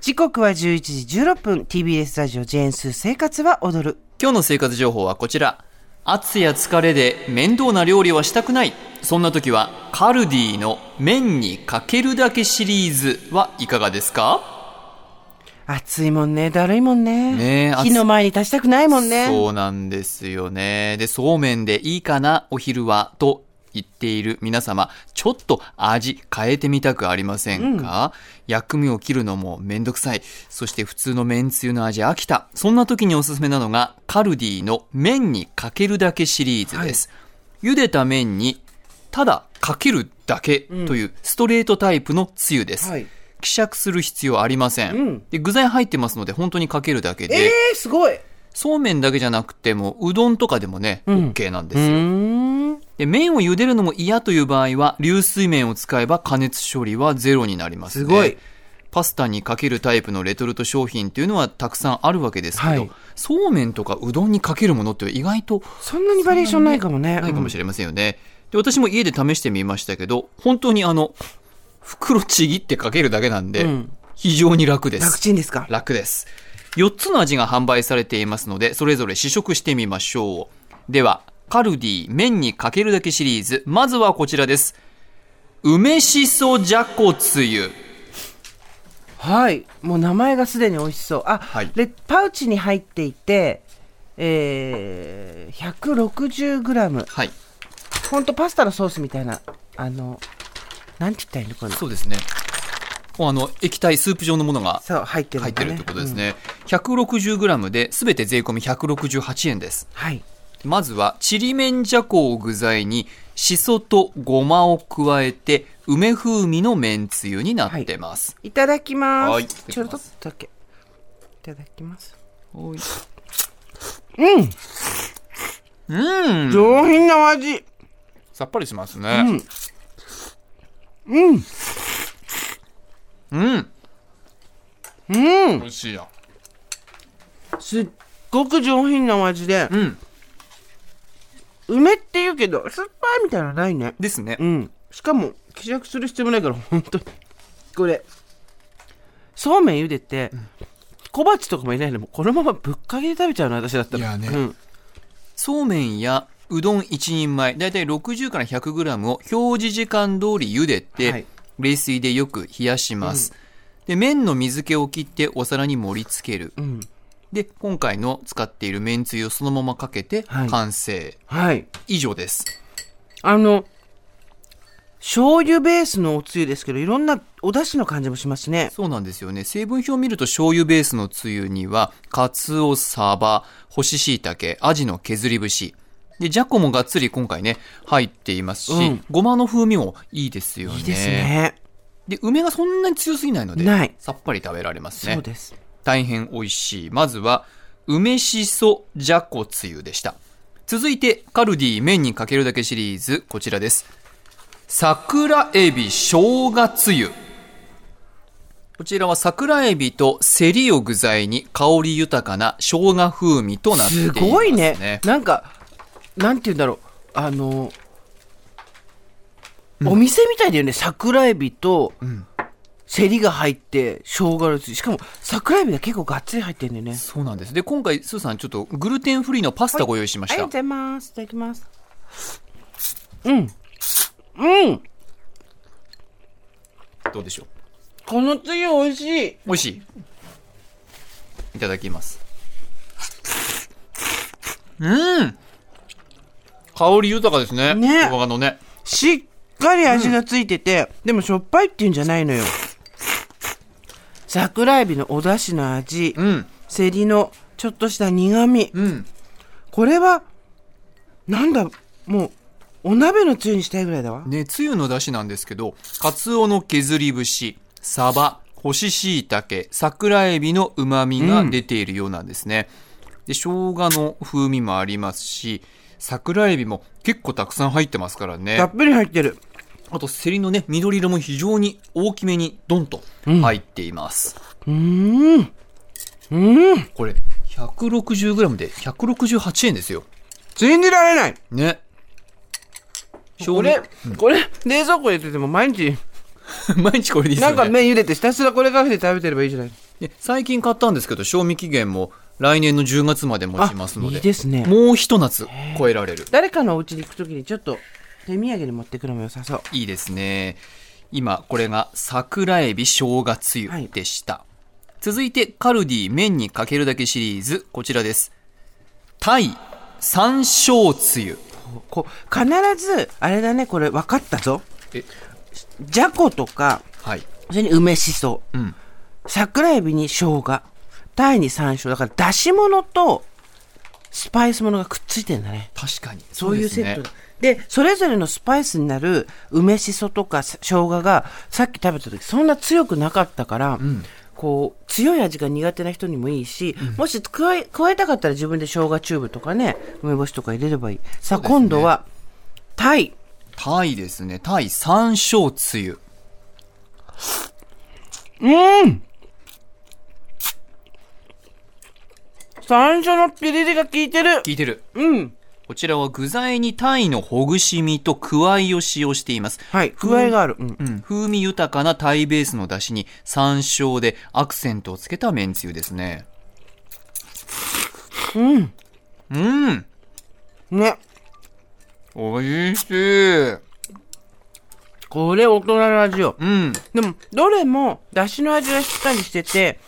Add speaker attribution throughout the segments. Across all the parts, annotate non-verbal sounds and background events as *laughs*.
Speaker 1: 時刻は11時16分 TBS ラジオジェーンスー生活は踊る
Speaker 2: 今日の生活情報はこちら暑や疲れで面倒な料理はしたくないそんな時はカルディの麺にかけるだけシリーズはいかがですか
Speaker 1: 暑いもんねだるいもんね
Speaker 2: ねえ暑い
Speaker 1: 火の前に立ちたくないもんね
Speaker 2: そうなんですよねでそうめんでいいかなお昼はと言っている皆様ちょっと味変えてみたくありませんか、薬味を切るのもめんどくさいそして普通のめんつゆの味飽きたそんな時におすすめなのがカルディの麺にかけるだけシリーズです、茹でた麺にただかけるだけというストレートタイプのつゆです、
Speaker 1: はい
Speaker 2: 希釈する必要ありません、
Speaker 1: うん
Speaker 2: で具材入ってますので本当にかけるだけで、
Speaker 1: えー、すごいう
Speaker 2: そうめんだけじゃなくてもうどんとかでもね、OK なんですよ
Speaker 1: ーん
Speaker 2: で麺を茹でるのも嫌という場合は流水麺を使えば加熱処理はゼロになります、
Speaker 1: す
Speaker 2: ね、
Speaker 1: ごい
Speaker 2: パスタにかけるタイプのレトルト商品っていうのはたくさんあるわけですけど、
Speaker 1: はい
Speaker 2: そうめんとかうどんにかけるものって意外と
Speaker 1: そんなにバリエーションないかもね
Speaker 2: ないかもしれませんよね、で私も家で試してみましたけど本当にあの袋ちぎってかけるだけなんで、
Speaker 1: うん
Speaker 2: 非常に楽で
Speaker 1: 楽
Speaker 2: す
Speaker 1: ちんですか
Speaker 2: 楽です4つの味が販売されていますのでそれぞれ試食してみましょうではカルディ麺にかけるだけシリーズまずはこちらです梅しそじゃこつゆ
Speaker 1: はいもう名前がすでに美味しそうあ、
Speaker 2: はい
Speaker 1: レパウチに入っていてえー、160g
Speaker 2: はい
Speaker 1: ほんとパスタのソースみたいなあのなんて言ったらいいのこれ
Speaker 2: そうですねもうあの液体スープ状のものが
Speaker 1: そう入ってる
Speaker 2: 入
Speaker 1: ん
Speaker 2: って
Speaker 1: だね
Speaker 2: るってことです
Speaker 1: うん
Speaker 2: ね 160g で全て税込み168円です
Speaker 1: はい
Speaker 2: まずはちりめんじゃこを具材にしそとごまを加えて梅風味のめんつゆになってます、
Speaker 1: いただきます、
Speaker 2: はい
Speaker 1: ちょろっとだけいただきます
Speaker 2: おい
Speaker 1: うん
Speaker 2: うん
Speaker 1: 上品なお味
Speaker 2: さっぱりしますね。
Speaker 1: うん
Speaker 2: うん。
Speaker 1: うん
Speaker 2: 美味しいや。
Speaker 1: すっごく上品なお味で
Speaker 2: うん。
Speaker 1: 梅って言うけど酸っぱいみたいなのないね
Speaker 2: ですね
Speaker 1: う。んしかも希釈する必要もないから本当にこれそうめん茹でて、小鉢とかもいないのもこのままぶっかけで食べちゃうの私だったら
Speaker 2: いやね
Speaker 1: うん、
Speaker 2: そうめんやうどん一人前、だいたい60から100グラムを表示時間通り茹でて、
Speaker 1: はい
Speaker 2: 冷水でよく冷やします。で、麺の水気を切ってお皿に盛り付ける。
Speaker 1: うん、
Speaker 2: で、今回の使っている麺つゆをそのままかけて
Speaker 1: はい
Speaker 2: 完成。
Speaker 1: はい
Speaker 2: 以上です。
Speaker 1: あの醤油ベースのおつゆですけどいろんなお出汁の感じもしますね
Speaker 2: そうなんですよね。成分表を見ると醤油ベースのつゆには、カツオ、サバ、干し椎茸、アジの削り節。で、じゃこもがっつり今回ね、入っていますし、
Speaker 1: うん
Speaker 2: ごまの風味もいいですよね。
Speaker 1: いいですね
Speaker 2: で梅がそんなに強すぎないので、
Speaker 1: ない
Speaker 2: さっぱり食べられます
Speaker 1: そ
Speaker 2: ね
Speaker 1: う。です
Speaker 2: 大変美味しい。まずは、梅しそじゃこつゆでした。続いて、カルディ麺にかけるだけシリーズ、こちらです。桜エビ生姜つゆ。こちらは桜エビとセリを具材に香り豊かな生姜風味となってい
Speaker 1: す
Speaker 2: ます、ね。
Speaker 1: ごいねなんかなんて言うんだろうあの、お店みたいだよね桜エビと、セリが入って生姜のつゆしかも桜エビが結構がっつり入ってるんだよね
Speaker 2: そうなんです。で、今回、スーさん、ちょっとグルテンフリーのパスタご用意しま
Speaker 1: あ
Speaker 2: し
Speaker 1: りがと
Speaker 2: た
Speaker 1: うご。ざいますいただきますうんうん
Speaker 2: どうでしょう
Speaker 1: このつゆ美味しい
Speaker 2: 美味しい。いただきます。うん香り豊かですね。
Speaker 1: ね
Speaker 2: 生姜のね。
Speaker 1: しっかり味がついてて、でもしょっぱいっていうんじゃないのよ桜エビのお出汁の味、
Speaker 2: うん。
Speaker 1: セリのちょっとした苦味、
Speaker 2: うん。
Speaker 1: これはなんだもうお鍋のつゆにしたいぐらいだわ
Speaker 2: ね、つゆの出汁なんですけど、カツオの削り節、サバ、干し椎茸、桜エビの旨味が出ているようなんですね。で、生姜の風味もありますし、桜エビも結構たくさん入ってますからね。
Speaker 1: たっぷり入ってる
Speaker 2: あとセリのね緑色も非常に大きめにドンと入っていますうんうんこれ 160g で168円ですよ
Speaker 1: 信じられない
Speaker 2: ね *laughs*
Speaker 1: これ、これ冷蔵庫入れてても毎日
Speaker 2: 醤油毎日これですよ
Speaker 1: な
Speaker 2: ね
Speaker 1: んか麺茹でてひたすらこれかけて食べてればいいじゃない
Speaker 2: で最近買ったんですけど賞味期限も来年の10月まで持ちますの
Speaker 1: いい
Speaker 2: で
Speaker 1: ですね
Speaker 2: もうひと夏超えられる
Speaker 1: 誰かのお家に行くときにちょっと手土産に持ってくのも良さそう
Speaker 2: いいですね今これが桜エビ生姜つゆ
Speaker 1: はい
Speaker 2: でした、続いてカルディ麺にかけるだけシリーズこちらです鯛山椒つゆ
Speaker 1: こう必ずあれだねこれ分かったぞ
Speaker 2: え
Speaker 1: じゃことか
Speaker 2: はい
Speaker 1: それに梅しそ
Speaker 2: うん
Speaker 1: 桜エビに生姜鯛に山椒だからだし物とスパイスものがくっついてんだね
Speaker 2: 確かに
Speaker 1: そういうセット
Speaker 2: で
Speaker 1: だ
Speaker 2: すね
Speaker 1: で,、それぞれのスパイスになる梅しそとかさ生姜がさっき食べた時そんな強くなかったから、
Speaker 2: ん
Speaker 1: こう強い味が苦手な人にもいいし、もし加え加えたかったら自分で生姜チューブとかね梅干しとか入れればいいさあ、
Speaker 2: そうですね
Speaker 1: 今度はタイ
Speaker 2: 鯛ですね鯛山椒つゆ
Speaker 1: うん山椒のピリリが効いてる
Speaker 2: 聞いてる
Speaker 1: うん
Speaker 2: こちらは具材に鯛のほぐし身とくわいを使用しています
Speaker 1: はい加えがある、うん
Speaker 2: うん、風味豊かなタイベースの出汁に山椒でアクセントをつけためんつゆですね。
Speaker 1: うん、
Speaker 2: うん、
Speaker 1: ね
Speaker 2: 美味しい。
Speaker 1: これ大人の味よ
Speaker 2: うん、
Speaker 1: でも、どれも、だしの味がしっかりしてて、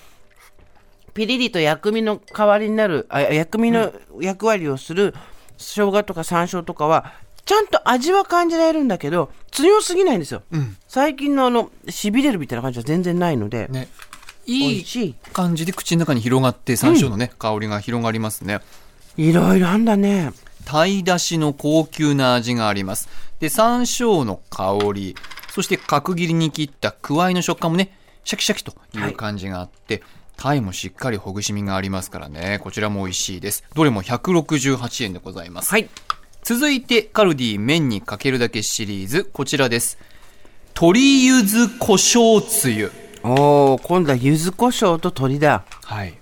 Speaker 1: ピリリと薬味の代わりになる、あ薬味の役割をする生姜とか山椒とかは、ちゃんと味は感じられるんだけど、強すぎないんですよ。
Speaker 2: うん、
Speaker 1: 最近のあの、痺れるみたいな感じは全然ないので、
Speaker 2: ね。
Speaker 1: 美
Speaker 2: い
Speaker 1: 味
Speaker 2: い
Speaker 1: しい。
Speaker 2: 感じで口の中に広がって山椒のね、香りが広がりますね。
Speaker 1: いろいろあんだね。
Speaker 2: 鯛だしの高級な味があります。で、山椒の香り、そして角切りに切ったくわいの食感もね、シャキシャキという感じがあって、鯛もしっかりほぐし身がありますからね、こちらも美味しいです。どれも168円でございます。
Speaker 1: はい。
Speaker 2: 続いてカルディ麺にかけるだけシリーズこちらです鶏柚子胡椒つゆ
Speaker 1: おー、今度は柚子胡椒と鶏だ。
Speaker 2: はい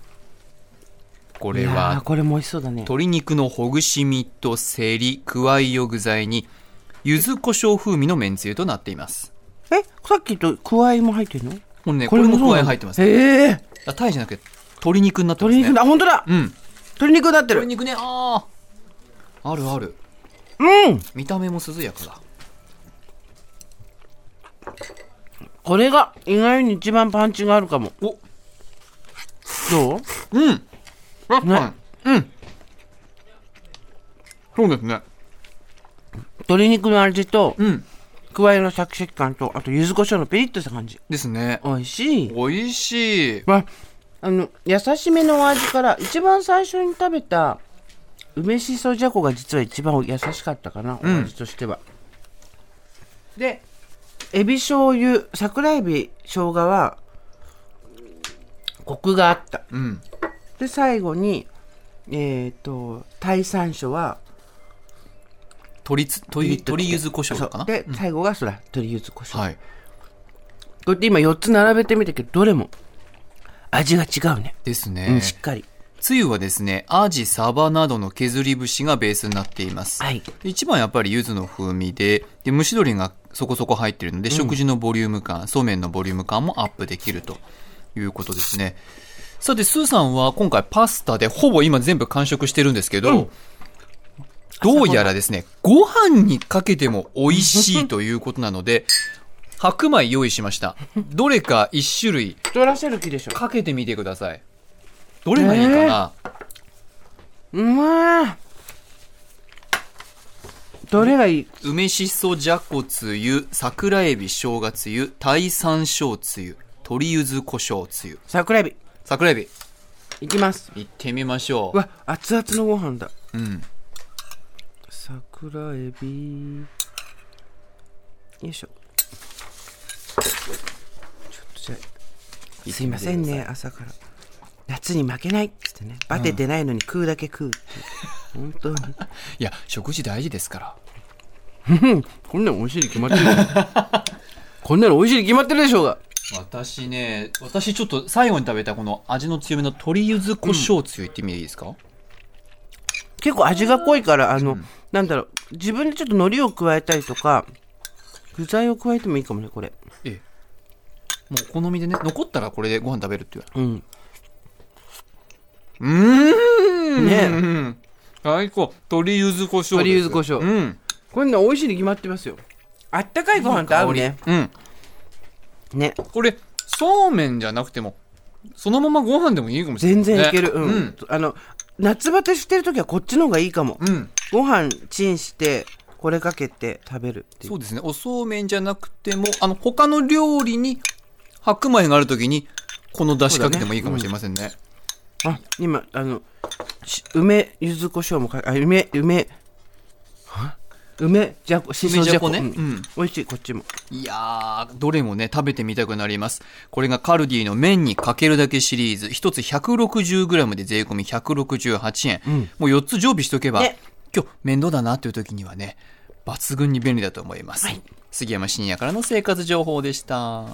Speaker 2: こ
Speaker 1: こ
Speaker 2: れは
Speaker 1: これも美味しそうだね。
Speaker 2: 鶏肉のほぐし身とセリくわいを具材に柚子胡椒風味のめんつゆとなっています
Speaker 1: え、さっきと、くわいも入ってるの
Speaker 2: もうねこれ
Speaker 1: そう
Speaker 2: も加
Speaker 1: な
Speaker 2: え
Speaker 1: の
Speaker 2: 入ってます
Speaker 1: ええー、
Speaker 2: あタイじゃなくて鶏肉になってます
Speaker 1: 鶏
Speaker 2: ね
Speaker 1: 肉だ、本当だ
Speaker 2: うん
Speaker 1: 鶏肉になってる
Speaker 2: 鶏肉ねあああるある
Speaker 1: うん
Speaker 2: 見た目も涼やかだ
Speaker 1: これが意外に一番パンチがあるかも
Speaker 2: お
Speaker 1: どう
Speaker 2: うん。確
Speaker 1: ね
Speaker 2: うん。そうですね。
Speaker 1: 鶏肉の味と
Speaker 2: うん。
Speaker 1: くわいのシャキシャキ感とあと柚子胡椒のピリッとした感じ
Speaker 2: ですね。
Speaker 1: 美味しい
Speaker 2: 美味しい。
Speaker 1: まああの優しめのお味から一番最初に食べた梅しそじゃこが実は一番優しかったかな、
Speaker 2: ん
Speaker 1: お味としてはでエビ醤油桜エビ生姜はコクがあった
Speaker 2: うん。
Speaker 1: で最後にえっ、と鯛山椒は
Speaker 2: 鶏つ、
Speaker 1: ピリ
Speaker 2: 鶏、
Speaker 1: ッときて
Speaker 2: 鶏柚子胡椒か
Speaker 1: そ
Speaker 2: な
Speaker 1: うで、最後がそら鶏柚子胡椒、
Speaker 2: はい。
Speaker 1: こうやって今4つ並べてみたけどどれも味が違うね、
Speaker 2: です
Speaker 1: う
Speaker 2: ね
Speaker 1: ん、。しっかり
Speaker 2: つゆはですね、アジ、サバなどの削り節がベースになっています。
Speaker 1: はい
Speaker 2: で一番やっぱり柚子の風味で、で、蒸し鶏がそこそこ入ってるので、食事のボリューム感、そうめんのボリューム感もアップできるということですね。さて、スーさんは今回パスタでほぼ今全部完食してるんですけど、
Speaker 1: うん
Speaker 2: どうやらですね、ご飯にかけても美味しいということなので、白米用意しました。どれか一種類
Speaker 1: 太らせる気でしょ
Speaker 2: かけてみてください。どれがいいかな、
Speaker 1: うまーどれがいい
Speaker 2: 梅しそじゃこつゆ桜えび生姜つゆ鯛山椒つゆ鶏柚子胡椒つゆ
Speaker 1: 桜エビ
Speaker 2: 桜えび
Speaker 1: いきます
Speaker 2: いってみましょ
Speaker 1: うわ熱々のご飯だ
Speaker 2: ううん
Speaker 1: 桜エビよいしょちょっとじゃあすいませんね朝から夏に負けないっつってねバテてないのに食うだけ食うっていう、本当に
Speaker 2: いや食事大事ですから
Speaker 1: こんなの美味しいに決まって *laughs* るじゃんこんなの美味しいに決まってるでしょうが
Speaker 2: 私ね私ちょっと最後に食べたこの味の強めの鶏柚子胡椒つゆいってみていいですか、
Speaker 1: 結構味が濃いからあの、なんだろう自分でちょっと海苔を加えたりとか具材を加えてもいいかもねこれ
Speaker 2: ええもうお好みでね残ったらこれでご飯食べるっていう
Speaker 1: うん。
Speaker 2: うーん
Speaker 1: ね
Speaker 2: ね最高鶏柚子胡椒です
Speaker 1: 鶏柚子胡椒
Speaker 2: うん
Speaker 1: これね、美味しいに決まってますよ。あったかいご飯と合うね。
Speaker 2: うん
Speaker 1: ね。
Speaker 2: これそうめんじゃなくてもそのままご飯でもいいかもしれな
Speaker 1: 全
Speaker 2: い
Speaker 1: 然いける。
Speaker 2: ね
Speaker 1: うん。あの、夏バテしてるときはこっちの方がいいかも。
Speaker 2: うん、うん
Speaker 1: ご飯チンして、これかけて食べるっていう。
Speaker 2: そうですねおそうめんじゃなくてもあの他の料理に白米がある時にこの出汁かけてもいいかもしれませんね
Speaker 1: あ、今、あの、し梅、柚子胡椒もかあ、梅、梅、は梅じゃこ、しそじゃこ
Speaker 2: 梅じゃこね
Speaker 1: うん
Speaker 2: うん
Speaker 1: 美味しい、こっちも。
Speaker 2: いやー、どれもね、食べてみたくなります。これがカルディの麺にかけるだけシリーズ。一つ 160g で税込み168円。もう4つ常備しとけば、
Speaker 1: ね
Speaker 2: 今日面倒だなという時にはね、抜群に便利だと思います。杉山深也からの生活情報でした。